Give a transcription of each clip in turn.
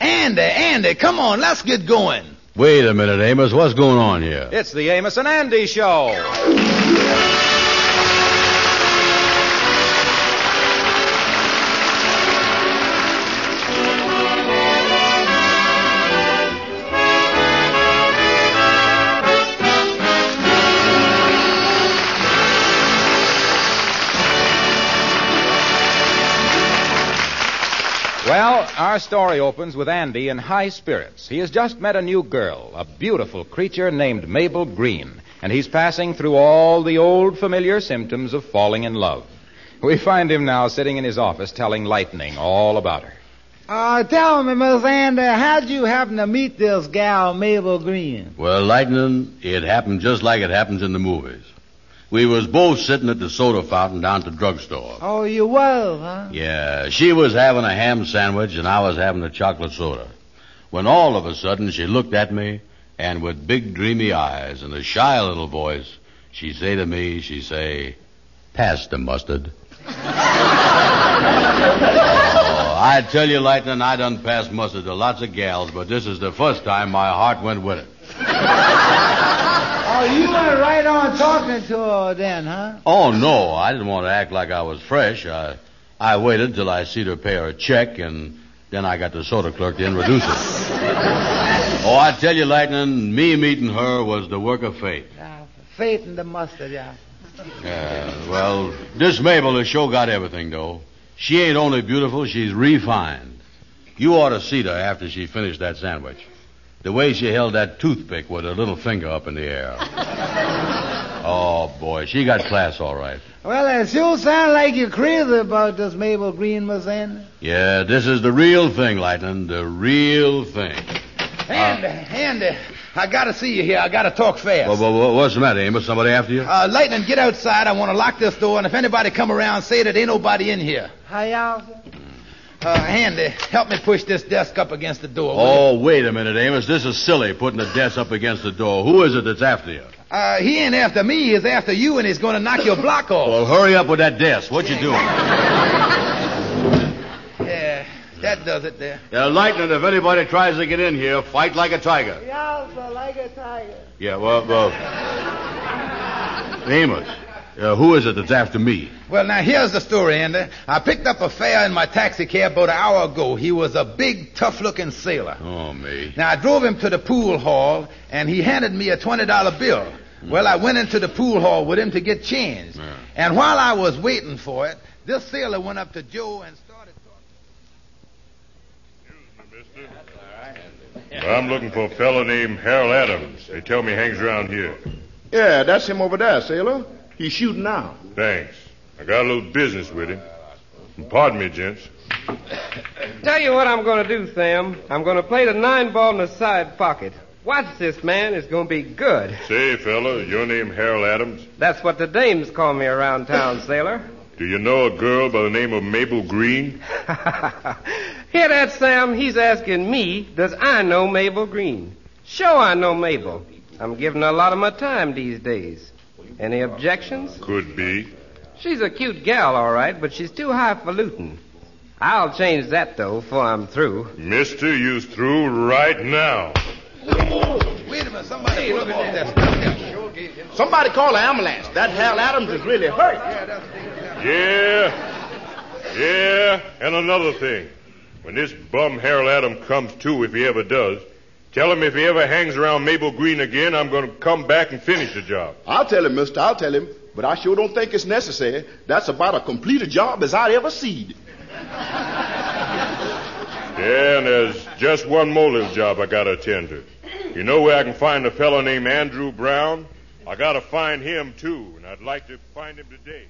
Andy, Andy, come on, let's get going. Wait a minute, Amos. What's going on here? It's the Amos and Andy Show. Well, our story opens with Andy in high spirits. He has just met a new girl, a beautiful creature named Mabel Green, and he's passing through all the old familiar symptoms of falling in love. We find him now sitting in his office telling Lightning all about her. Uh, tell me, Miss Andy, how'd you happen to meet this gal, Mabel Green? Well, Lightning, it happened just like it happens in the movies. We was both sitting at the soda fountain down at the drugstore. Oh, you was, huh? Yeah, she was having a ham sandwich and I was having a chocolate soda. When all of a sudden she looked at me and with big dreamy eyes and a shy little voice, she say to me, she say, pass the mustard. oh, I tell you, Lightning, I done passed mustard to lots of gals, but this is the first time my heart went with it. Oh, you went right on talking to her then, huh? Oh no, I didn't want to act like I was fresh. I I waited till I see her pay her check, and then I got the soda clerk to introduce her. oh, I tell you, Lightning, me meeting her was the work of fate. Uh, faith in the mustard, yeah. Yeah, Uh, well, this Mabel, the show got everything though. She ain't only beautiful, she's refined. You ought to see her after she finished that sandwich. The way she held that toothpick with her little finger up in the air. oh boy, she got class all right. Well, it sure sound like you're crazy about this Mabel Green, Miss Andy. Yeah, this is the real thing, Lightning. The real thing. Uh, Andy, Andy, I gotta see you here. I gotta talk fast. Wha- wha- wha- what's the matter, Amos? Somebody after you? Uh, Lightning, get outside. I want to lock this door, and if anybody come around, say that ain't nobody in here. How y'all? say? Uh, Andy, help me push this desk up against the door. will you? Oh, wait a minute, Amos. This is silly, putting the desk up against the door. Who is it that's after you? Uh, he ain't after me. He's after you, and he's gonna knock your block off. Well, hurry up with that desk. What you doing? Yeah, that does it there. Yeah, Lightning, if anybody tries to get in here, fight like a tiger. Y'all so like a tiger. Yeah, well, well. Amos, uh, who is it that's after me? Well, now here's the story, Andy. I picked up a fare in my taxi cab about an hour ago. He was a big, tough-looking sailor. Oh, me. Now I drove him to the pool hall, and he handed me a twenty dollar bill. Well, I went into the pool hall with him to get changed, Yeah. and while I was waiting for it, this sailor went up to Joe and started. talking. I'm looking for a fellow named Harold Adams. They tell me hangs around here. Yeah, that's him over there, sailor. He's shooting now. Thanks. I got a little business with him. And Pardon me, gents. Tell you what I'm going to do, Sam. I'm going to play the nine ball in the side pocket. Watch this, man. It's going to be good. Say, fella, your name Harold Adams? That's what the dames call me around town, sailor. Do you know a girl by the name of Mabel Green? Hear that, Sam? He's asking me, does I know Mabel Green? Sure, I know Mabel. I'm giving her a lot of my time these days. Any objections? Could be. She's a cute gal, all right, but she's too highfalutin. I'll change that, though, before I'm through. Mister, you's through right now. Wait a minute, somebody pull him off that stuff there. Somebody call an ambulance. That Hal Adams is really hurt. Yeah. Yeah. And another thing. When this bum Harold Adams comes to, if he ever does, tell him if he ever hangs around Mabel Green again, I'm going to come back and finish the job. I'll tell him, mister. I'll tell him. But I sure don't think it's necessary. That's about as complete a job as I'd ever seen. Yeah, and there's just one more little job I gotta attend to. You know where I can find a fellow named Andrew Brown? I gotta find him too, and I'd like to find him today.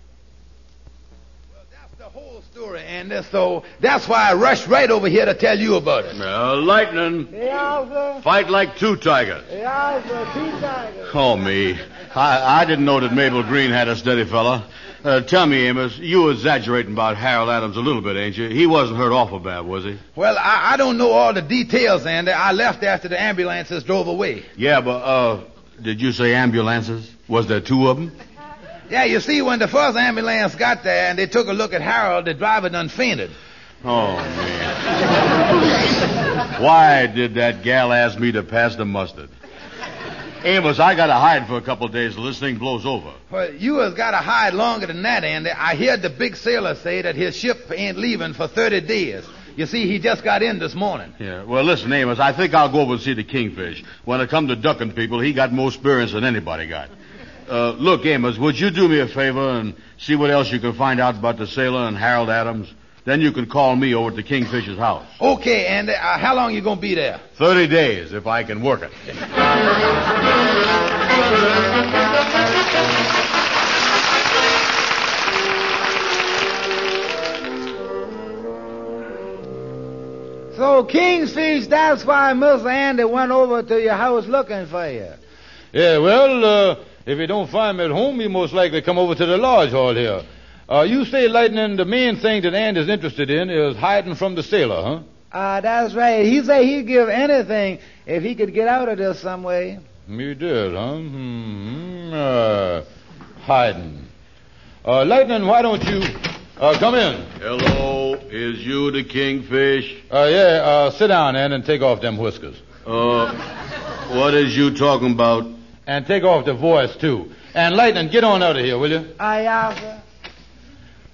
Well, that's the whole story, Andy. So that's why I rushed right over here to tell you about it. Uh, lightning, Y'all, sir. fight like two tigers. Y'all, sir, two tigers. Oh, me. I, I didn't know that Mabel Green had a steady fella. Uh, tell me, Amos, you were exaggerating about Harold Adams a little bit, ain't you? He wasn't hurt awful bad, was he? Well, I, I don't know all the details, Andy. I left after the ambulances drove away. Yeah, but, uh, did you say ambulances? Was there two of them? Yeah, you see, when the first ambulance got there and they took a look at Harold, the driver done fainted. Oh, man. Oh, Why did that gal ask me to pass the mustard? Amos, I gotta hide for a couple days till this thing blows over. Well, you has got to hide longer than that, Andy. I heard the big sailor say that his ship ain't leaving for 30 days. You see, he just got in this morning. Yeah, well, listen, Amos, I think I'll go over and see the kingfish. When it comes to ducking people, he got more experience than anybody got. Uh, look, Amos, would you do me a favor and see what else you can find out about the sailor and Harold Adams? Then you can call me over at the kingfisher's house. Okay, Andy, uh, how long you going to be there? Thirty days, if I can work it. So, Kingfish, that's why Mr. Andy went over to your house looking for you. Yeah, well, uh, if you don't find me at home, you most likely come over to the lodge hall here. Uh, you say, Lightning, the main thing that Andy's interested in is hiding from the sailor, huh? Ah, that's right. He said he'd give anything if he could get out of this some way. You did, huh? hmm Uh, hiding. Uh, Lightning, why don't you uh, come in? Hello, is you the kingfish? Uh, yeah, uh, sit down, Ann, and take off them whiskers. Uh, what is you talking about? And take off the voice, too. And Lightning, get on out of here, will you? Aye, aye, sir.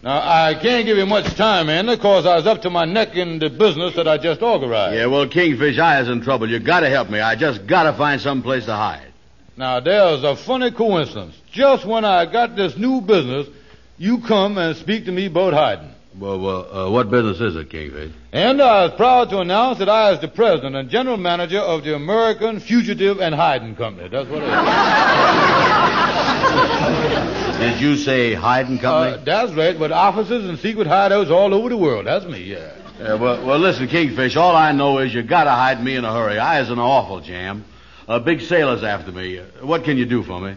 Now, I can't give you much time, Andy, because I was up to my neck in the business that I just authorized. Yeah, well, kingfish, I is in trouble. You gotta help me. I just gotta find some place to hide. Now, there's a funny coincidence. Just when I got this new business, you come and speak to me about hiding. Well, well, uh, what business is it, kingfish? And I was proud to announce that I is the president and general manager of the American Fugitive and Hiding Company. That's what it is. Did you say hiding company? Uh, that's right, with offices and secret hideouts all over the world. That's me, yeah. Yeah, well, well, listen, Kingfish, all I know is you gotta hide me in a hurry. I is in an awful jam. A big sailor's after me. Uh, What can you do for me?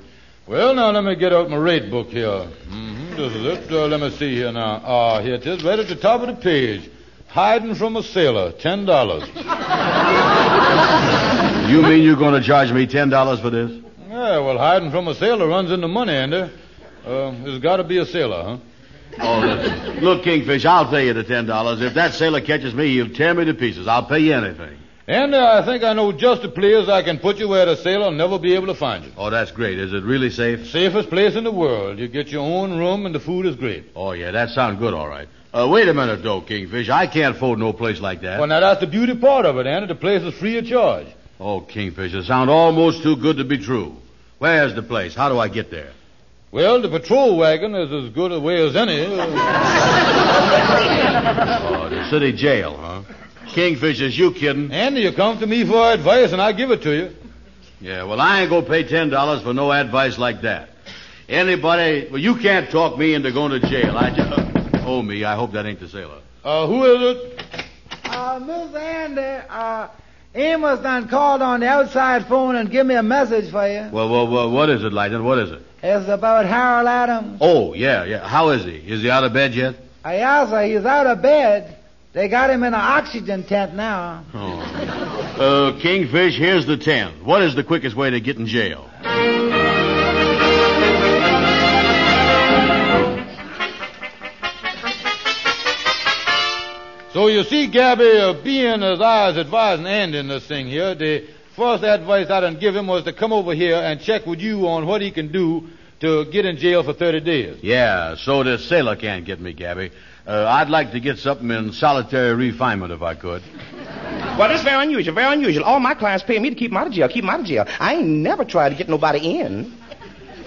Well, now let me get out my rate book here. hmm this is it. Uh, let me see here now. Ah, here it is, right at the top of the page. Hiding from a sailor, ten dollars. You mean you're gonna charge me ten dollars for this? Yeah, well, hiding from a sailor runs into money, Andy. Uh, there's got to be a sailor, huh? Oh, listen. Look, Kingfish, I'll pay you the ten dollars. If that sailor catches me, he'll tear me to pieces. I'll pay you anything. And uh, I think I know just a place I can put you where the sailor will never be able to find you. Oh, that's great. Is it really safe? Safest place in the world. You get your own room and the food is great. Oh, yeah, that sounds good, all right. Uh, wait a minute, though, Kingfish. I can't afford no place like that. Well, now that's the beauty part of it, Andy. The place is free of charge. Oh, Kingfish, it sounds almost too good to be true. Where's the place? How do I get there? Well, the patrol wagon is as good a way as any. Oh, the city jail, huh? Kingfish, is you kidding? Andy, you come to me for advice, and I give it to you. Yeah, well, I ain't gonna pay ten dollars for no advice like that. Anybody, well, you can't talk me into going to jail. I just, oh me, I hope that ain't the sailor. Uh, who is it? Uh, Mr. Andy, uh, Amos done called on the outside phone and give me a message for you. Well, well, well, what is it, Lightning? What is it? It's about Harold Adams. Oh, yeah, yeah. How is he? Is he out of bed yet? I asked her, he's out of bed. They got him in an oxygen tent now. Oh. Uh, Kingfish, here's the ten. What is the quickest way to get in jail? So you see, Gabby, uh, being as I was advising Andy in this thing here, the first advice I done give him was to come over here and check with you on what he can do to get in jail for 30 days. Yeah, so the sailor can't get me, Gabby. Uh, I'd like to get something in solitary refinement if I could. Well, that's very unusual, very unusual. All my clients pay me to keep them out of jail, keep them out of jail. I ain't never tried to get nobody in.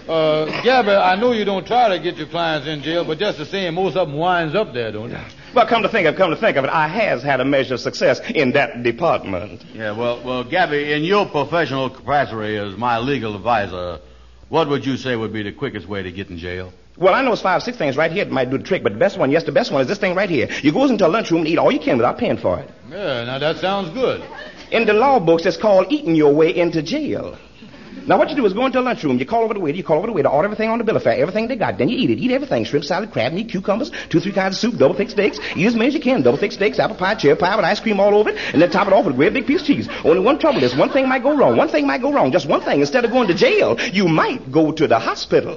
Uh, Gabby, I know you don't try to get your clients in jail, but just the same, most of them winds up there, don't they? Well, come to think of, come to think of it, I has had a measure of success in that department. Yeah, well, well, Gabby, in your professional capacity as my legal advisor, what would you say would be the quickest way to get in jail? Well, I know it's five, six things right here that might do the trick, but the best one, yes, the best one is this thing right here. You goes into a lunchroom and eat all you can without paying for it. Yeah, now that sounds good. In the law books, it's called eating your way into jail. Now, what you do is go into a lunchroom, you call over the waiter, you call over the waiter, order everything on the bill of fare, everything they got, then you eat it. Eat everything shrimp, salad, crab meat, cucumbers, two, three kinds of soup, double thick steaks. Eat as many as you can double thick steaks, apple pie, cherry pie with ice cream all over it, and then top it off with a great big piece of cheese. Only one trouble is one thing might go wrong, one thing might go wrong, just one thing. Instead of going to jail, you might go to the hospital.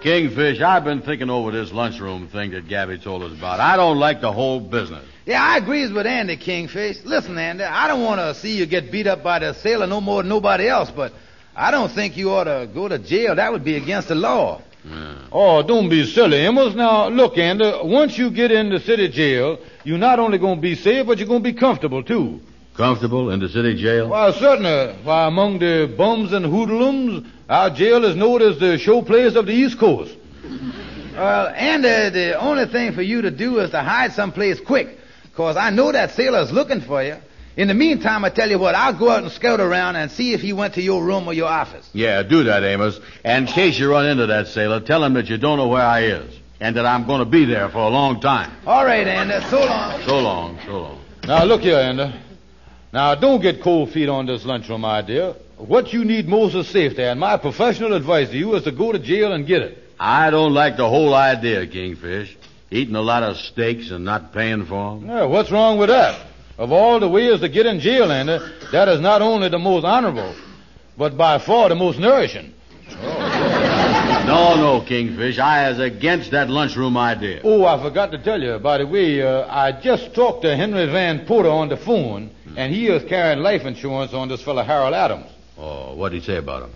Kingfish, I've been thinking over this lunchroom thing that Gabby told us about. I don't like the whole business. Yeah, I agrees with Andy Kingfish. Listen, Andy, I don't want to see you get beat up by the sailor no more than nobody else, but I don't think you ought to go to jail. That would be against the law. Oh, don't be silly, Emmels. Now, look, Andy, once you get in the city jail, you're not only going to be safe, but you're going to be comfortable, too. Comfortable in the city jail? Why, certainly. Why, among the bums and hoodlums, our jail is known as the showplace of the East Coast. Well, Andy, the only thing for you to do is to hide someplace quick, 'cause I know that sailor's looking for you. In the meantime, I tell you what, I'll go out and scout around and see if he went to your room or your office. Yeah, do that, Amos. And in case you run into that sailor, tell him that you don't know where I is and that I'm going to be there for a long time. All right, Andy, so long. So long, so long. Now, look here, Andy. Now, don't get cold feet on this lunchroom idea. What you need most is safety, and my professional advice to you is to go to jail and get it. I don't like the whole idea, Kingfish. Eating a lot of steaks and not paying for 'em. Yeah, what's wrong with that? Of all the ways to get in jail, Andy, that is not only the most honorable, but by far the most nourishing. No, no, Kingfish. I is against that lunchroom idea. Oh, I forgot to tell you. By the way, uh, I just talked to Henry Van Porter on the phone, Hmm. and he is carrying life insurance on this fellow Harold Adams. Oh, what'd he say about him?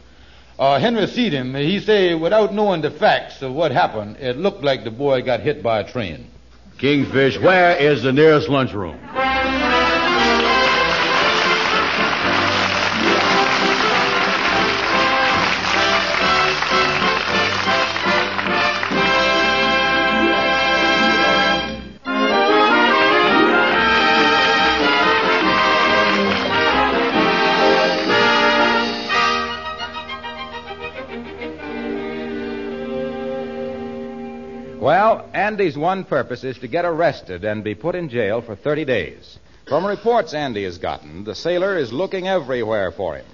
Uh, Henry seen him. He say, without knowing the facts of what happened, it looked like the boy got hit by a train. Kingfish, where is the nearest lunchroom? Well, Andy's one purpose is to get arrested and be put in jail for 30 days. From reports Andy has gotten, the sailor is looking everywhere for him.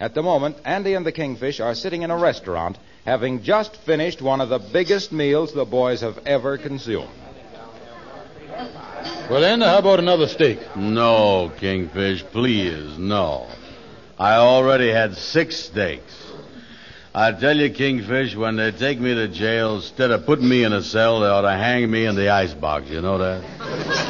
At the moment, Andy and the Kingfish are sitting in a restaurant having just finished one of the biggest meals the boys have ever consumed. Well, Andy, how about another steak? No, Kingfish, please, no. I already had six steaks. I tell you, Kingfish, when they take me to jail, instead of putting me in a cell, they ought to hang me in the icebox. You know that?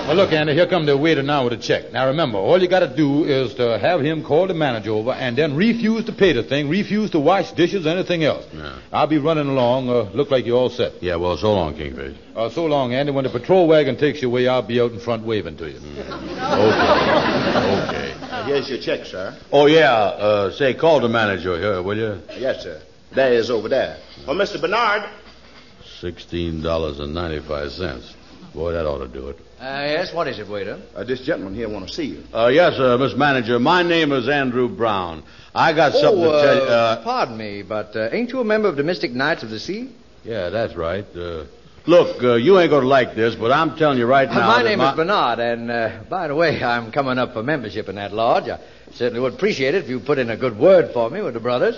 Well, look, Andy, here come the waiter now with a check. Now, remember, all you got to do is to have him call the manager over and then refuse to pay the thing, refuse to wash dishes, anything else. Yeah. I'll be running along. Uh, look like you're all set. Yeah, well, so long, Kingfish. Uh, so long, Andy. When the patrol wagon takes you away, I'll be out in front waving to you. Mm. Okay. Okay. Here's your check, sir. Oh, yeah, uh, say, call the manager here, will you? Yes, sir. There is over there. Well, Mr. Bernard. $16.95. Boy, that ought to do it. yes, what is it, waiter? Uh, this gentleman here want to see you. Uh, yes, sir, Miss Manager. My name is Andrew Brown. I got something oh, to tell you. uh, Uh, pardon me, but uh, ain't you a member of the Mystic Knights of the Sea? yeah, that's right. Uh, look, uh, you ain't going to like this, but I'm telling you right Uh, now. my that name is Bernard, and uh, by the way, I'm coming up for membership in that lodge. I certainly would appreciate it if you put in a good word for me with the brothers.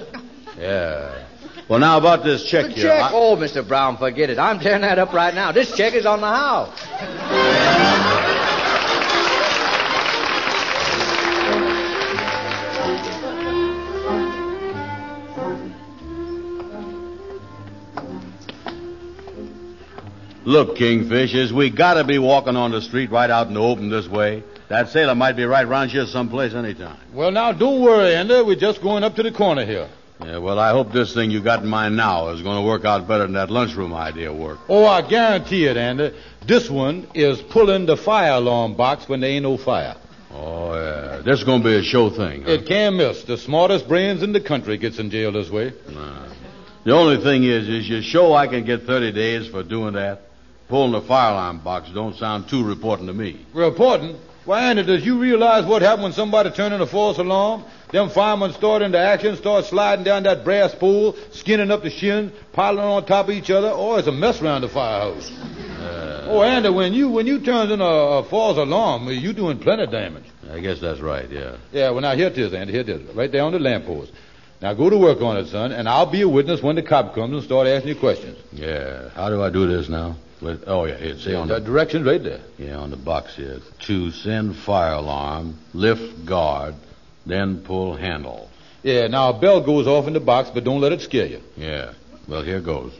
Yeah. Well, now about this check The here. check? I- Oh, Mr. Brown, forget it. I'm tearing that up right now. This check is on the house. Look, Kingfish, is we got to be walking on the street right out in the open this way. That sailor might be right round here someplace anytime. Well, now, don't worry, Andy. We're just going up to the corner here. Yeah, well, I hope this thing you got in mind now is going to work out better than that lunchroom idea worked. Oh, I guarantee it, Andy. This one is pulling the fire alarm box when there ain't no fire. Oh, yeah. This is going to be a show thing. huh? It can miss. The smartest brains in the country gets in jail this way. Nah. The only thing is, is you show I can get 30 days for doing that? Pulling the fire alarm box don't sound too reporting to me. Reporting? Why, Andy, does you realize what happened when somebody turned in a false alarm? Them firemen start into action, start sliding down that brass pole, skinning up the shins, piling on top of each other. Oh, it's a mess around the firehouse. Uh, oh, Andy, when you when you turn in a, a false alarm, you doing plenty of damage. I guess that's right, yeah. Yeah, well, now here it is, Andy. Here it is. Right there on the lamppost. Now go to work on it, son, and I'll be a witness when the cop comes and start asking you questions. Yeah. How do I do this now? With, oh, yeah, it's say on That the, direction right there. yeah, on the box here. To send fire alarm, lift guard, then pull handle. Yeah, now a bell goes off in the box, but don't let it scare you. Yeah. Well, here goes.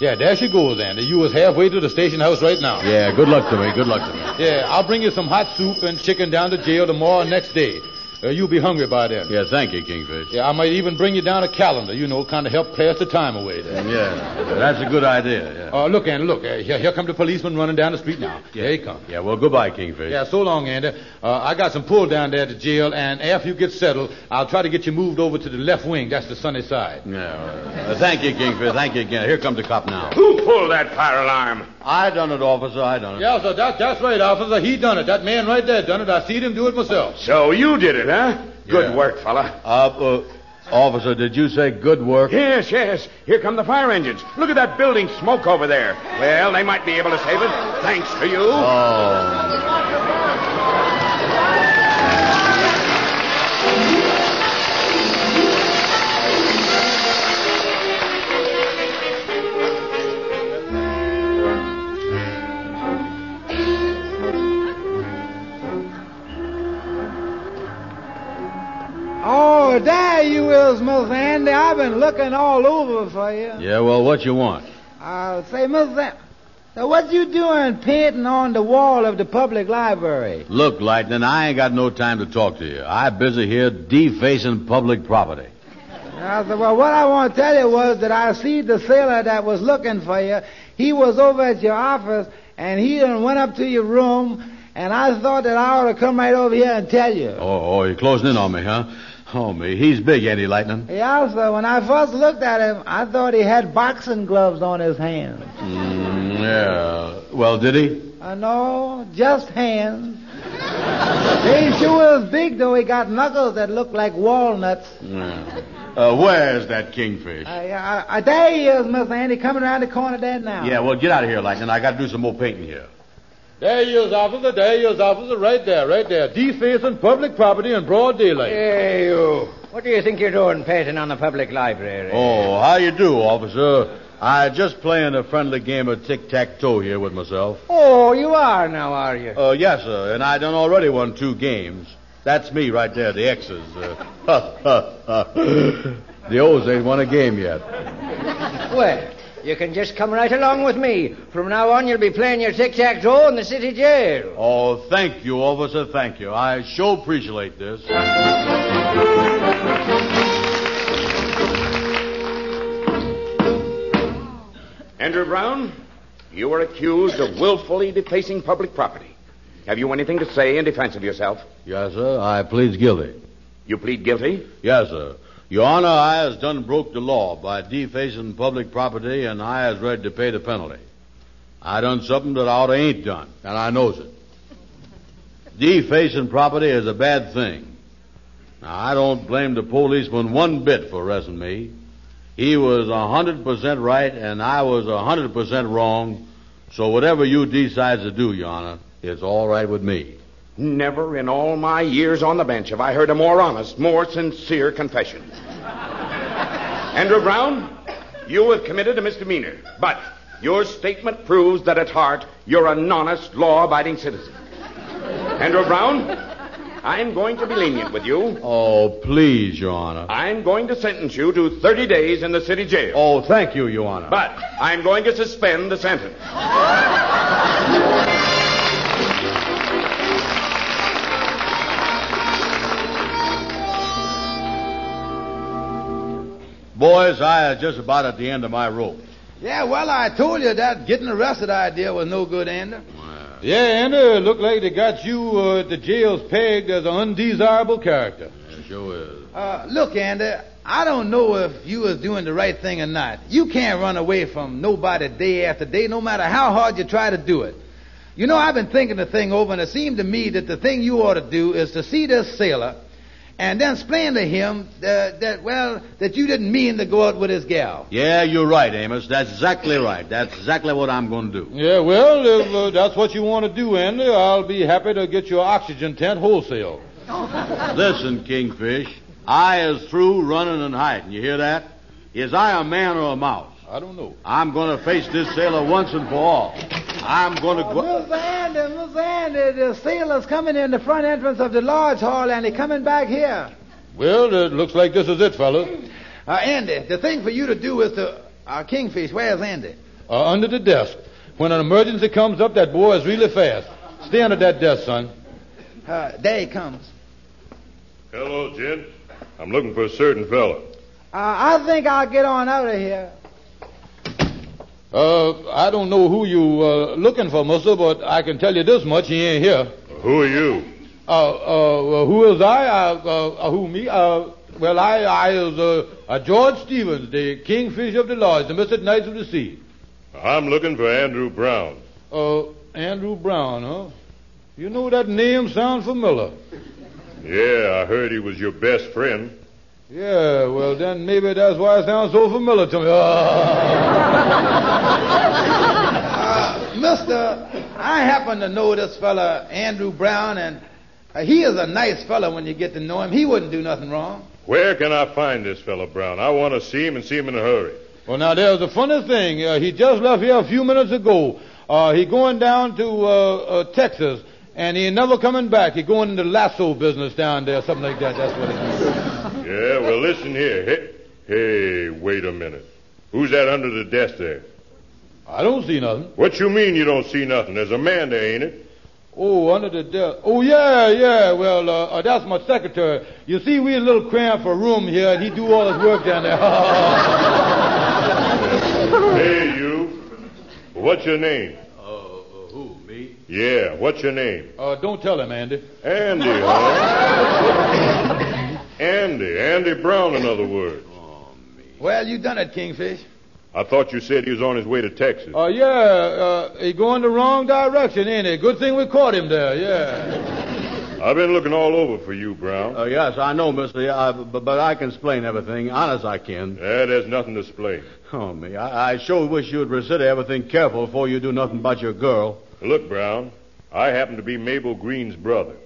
Yeah, there she goes, Andy. You was halfway to the station house right now. Yeah, good luck to me. Good luck to me. Yeah, I'll bring you some hot soup and chicken down to jail tomorrow and next day. Uh, you'll be hungry by then. Yeah, thank you, Kingfish. Yeah, I might even bring you down a calendar, you know, kind of help pass the time away there. Yeah, that's a good idea. Yeah. Oh, look, Andy, look. Uh, here, here come the policeman running down the street now. Here he comes. Yeah, well, goodbye, Kingfish. Yeah, so long, Andy. Uh, I got some pull down there at the jail, and after you get settled, I'll try to get you moved over to the left wing. That's the sunny side. Yeah, all right. Uh, thank you, Kingfish. Thank you again. Here comes the cop now. Who pulled that fire alarm? I done it, officer. I done it. Yeah, sir, that, that's right, officer. He done it. That man right there done it. I seen him do it myself. So you did it, huh? Good Yeah. work, fella. Uh, uh, officer, did you say good work? Yes, yes. Here come the fire engines. Look at that building smoke over there. Well, they might be able to save it, thanks to you. Oh. Oh, there you is, Miss Andy. I've been looking all over for you. Yeah, well, what you want? I'll say, Miss Andy, now what you doing painting on the wall of the public library? Look, Lightning, I ain't got no time to talk to you. I busy here defacing public property. And I said, well, what I want to tell you was that I see the sailor that was looking for you. He was over at your office, and he done went up to your room, and I thought that I ought to come right over here and tell you. Oh, oh, you're closing in on me, huh? Oh, me. He's big, ain't he, Lightning? Yeah, sir, when I first looked at him, I thought he had boxing gloves on his hands. Mm, yeah. Well, did he? I know, just hands. they sure is big, though. He got knuckles that look like walnuts. Yeah. Uh, where's that kingfish? Uh, yeah, I, I, there he is, Mr. Andy, coming around the corner there now. Yeah, well, get out of here, Lightning. I got to do some more painting here. There he is, officer. There he is, officer. Right there, right there. Defacing public property in broad daylight. Hey, you. What do you think you're doing painting on the public library? Oh, how you do, officer? I just playing a friendly game of tic-tac-toe here with myself. Oh, you are now, are you? Uh, yes, sir, and I done already won two games. That's me right there, the X's. Uh, the O's ain't won a game yet. Well, you can just come right along with me. From now on, you'll be playing your tic-tac-toe in the city jail. Oh, thank you, officer, thank you. I sure appreciate this. Andrew Brown, you are accused of willfully defacing public property. Have you anything to say in defense of yourself? Yes, sir, I plead guilty. You plead guilty? Yes, sir. Your Honor, I has done broke the law by defacing public property, and I has ready to pay the penalty. I done something that I oughta ain't done, and I knows it. Defacing property is a bad thing. Now, I don't blame the policeman one bit for arresting me. He was a hundred percent right, and I was a hundred percent wrong. So whatever you decides to do, Your Honor, it's all right with me. Never in all my years on the bench have I heard a more honest, more sincere confession. Andrew Brown, you have committed a misdemeanor, but your statement proves that at heart you're an honest, law abiding citizen. Andrew Brown, I'm going to be lenient with you. Oh, please, Your Honor. I'm going to sentence you to 30 days in the city jail, Oh, thank you, Your Honor. but I'm going to suspend the sentence. Boys, I is just about at the end of my rope. Yeah, well, I told you that getting arrested idea was no good, Andy. Yeah, Andy, it looked like they got you uh, at the jail's pegged as an undesirable character. It sure is. Uh, look, Andy, I don't know if you was doing the right thing or not. You can't run away from nobody day after day, no matter how hard you try to do it. You know, I've been thinking the thing over, and it seemed to me that the thing you ought to do is to see this sailor and then explain to him uh, that, well, that you didn't mean to go out with his gal. Yeah, you're right, Amos. That's exactly right. That's exactly what I'm going to do. Yeah, well, if uh, that's what you want to do, Andy, I'll be happy to get your oxygen tent wholesale. Listen, Kingfish. I is through running and hiding. You hear that? Is I a man or a mouse? I don't know. I'm going to face this sailor once and for all. I'm going to go. Miss Andy, Miss Andy, the sailor's coming in the front entrance of the lodge hall, and he coming back here. Well, it looks like this is it, fellas. Uh, Andy, the thing for you to do is to, uh, Kingfish, where's Andy? or under the desk. When an emergency comes up, that boy is really fast. Stay under that desk, son. Uh, there he comes. Hello, Jim. I'm looking for a certain fella. Uh, I think I'll get on out of here. Uh, I don't know who you uh, looking for, Mister, but I can tell you this much: he ain't here. Who are you? Uh, uh, well, who is I? I uh, uh, who me? Uh, well, I, I is uh, uh, George Stevens, the kingfish of the lodge, the Mister Knights of the Sea. I'm looking for Andrew Brown. Uh, Andrew Brown, huh? You know that name sounds familiar. Yeah, I heard he was your best friend. Yeah, well then maybe that's why it sounds so familiar to me. Mister, I happen to know this fella, Andrew Brown, and uh, he is a nice fella when you get to know him. He wouldn't do nothing wrong. Where can I find this fella Brown? I want to see him and see him in a hurry. Well, now there's a funny thing. Uh, he just left here a few minutes ago. Uh, he going down to uh, uh, Texas, and he ain't never coming back. He going into lasso business down there, something like that. That's what it is. Yeah, well, listen here. Hey, hey, wait a minute. Who's that under the desk there? I don't see nothing. What you mean you don't see nothing? There's a man there, ain't it? Oh, under the desk. Oh yeah, yeah. Well, uh, uh, that's my secretary. You see, we a little cramped for room here, and he do all his work down Uh, there. Hey, you. What's your name? Uh, who, me? Yeah, what's your name? Uh, don't tell him, Andy. Andy, huh? Andy, Andy Brown, in other words. Well, you done it, Kingfish. I thought you said he was on his way to Texas. Oh, uh, yeah, uh, he going the wrong direction, ain't he? Good thing we caught him there, yeah. I've been looking all over for you, Brown. Uh, yes, I know, mister, yeah, I, but, but I can explain everything. Honest, I can. Yeah, there's nothing to explain. Oh, me, I, I sure wish you'd consider everything careful before you do nothing about your girl. Look, Brown, I happen to be Mabel Green's brother.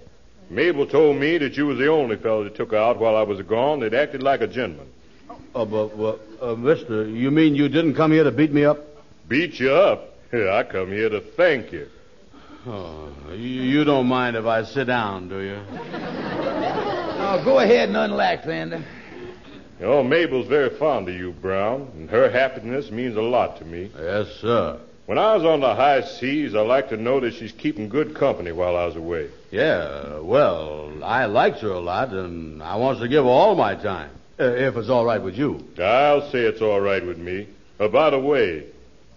Mabel told me that you was the only fellow that took her out while I was gone that acted like a gentleman. Uh, but, but, uh, mister, you mean you didn't come here to beat me up? Beat you up? Yeah, I come here to thank you. Oh, you, you don't mind if I sit down, do you? Now, go ahead and unlax, Andy. You know, Oh, Mabel's very fond of you, Brown, and her happiness means a lot to me. Yes, sir. When I was on the high seas, I like to know that she's keeping good company while I was away. Yeah, well, I likes her a lot, and I wants to give her all my time Uh, if it's all right with you. I'll say it's all right with me. Uh, by the way,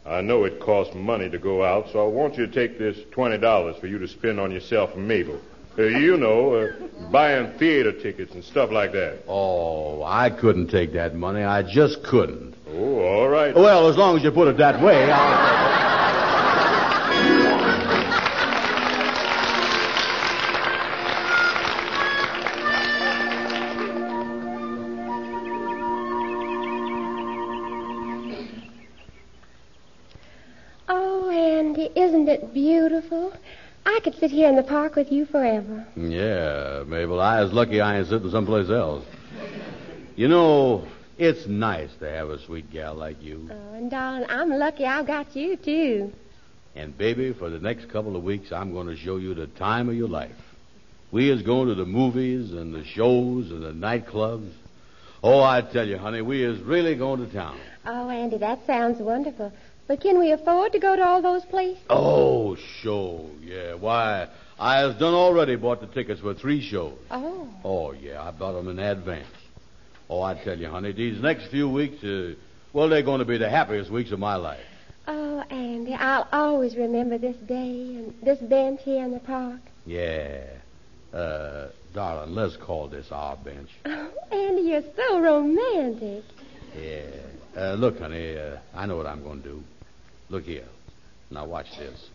I know it costs money to go out, so I want you to take this $20 for you to spend on yourself and Mabel. Uh, you know, uh, buying theater tickets and stuff like that. Oh, I couldn't take that money. I just couldn't. Oh, all right. Well, as long as you put it that way, I... Oh, Isn't it beautiful? I could sit here in the park with you forever. Yeah, Mabel. I was lucky I ain't sitting someplace else. You know, it's nice to have a sweet gal like you. Oh, and darling, I'm lucky I've got you, too. And, baby, for the next couple of weeks, I'm going to show you the time of your life. We is going to the movies and the shows and the nightclubs. Oh, I tell you, honey, we is really going to town. Oh, Andy, that sounds wonderful. But can we afford to go to all those places? Oh, sure, yeah. Why, I has done already bought the tickets for three shows. Oh. Oh, yeah, I bought 'em in advance. Oh, I tell you, honey, these next few weeks, uh, well, they're going to be the happiest weeks of my life. Oh, Andy, I'll always remember this day and this bench here in the park. Yeah. Uh, darling, let's call this our bench. Oh, Andy, you're so romantic. Yeah. Uh, look, honey, uh, I know what I'm going to do. Look here. Now watch this.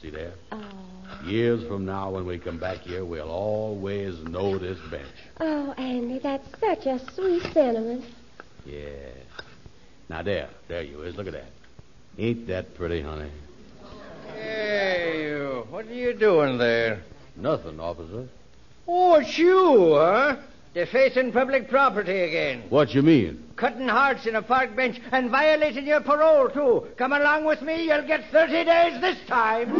See there? Oh. Years from now, when we come back here, we'll always know this bench. Oh, Andy, that's such a sweet sentiment. Yeah. Now there, there you is. Look at that. Ain't that pretty, honey? Hey, you. What are you doing there? Nothing, officer. Oh, it's you, huh? Defacing public property again. What you mean? Cutting hearts in a park bench and violating your parole, too. Come along with me, you'll get 30 days this time.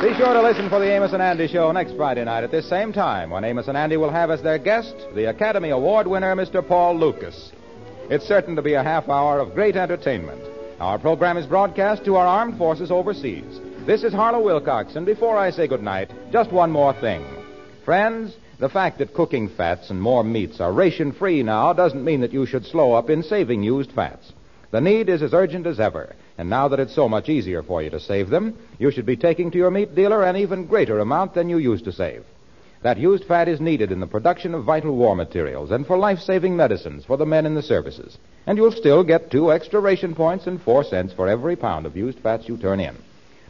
Be sure to listen for the Amos and Andy show next Friday night at this same time when Amos and Andy will have as their guest the Academy Award winner, Mr. Paul Lucas. It's certain to be a half hour of great entertainment. Our program is broadcast to our armed forces overseas. This is Harlow Wilcox, and before I say goodnight, just one more thing. Friends, the fact that cooking fats and more meats are ration free now doesn't mean that you should slow up in saving used fats. The need is as urgent as ever, and now that it's so much easier for you to save them, you should be taking to your meat dealer an even greater amount than you used to save. That used fat is needed in the production of vital war materials and for life saving medicines for the men in the services. And you'll still get two extra ration points and four cents for every pound of used fats you turn in.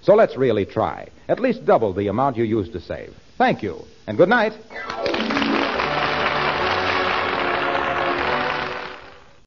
So let's really try. At least double the amount you used to save. Thank you, and good night.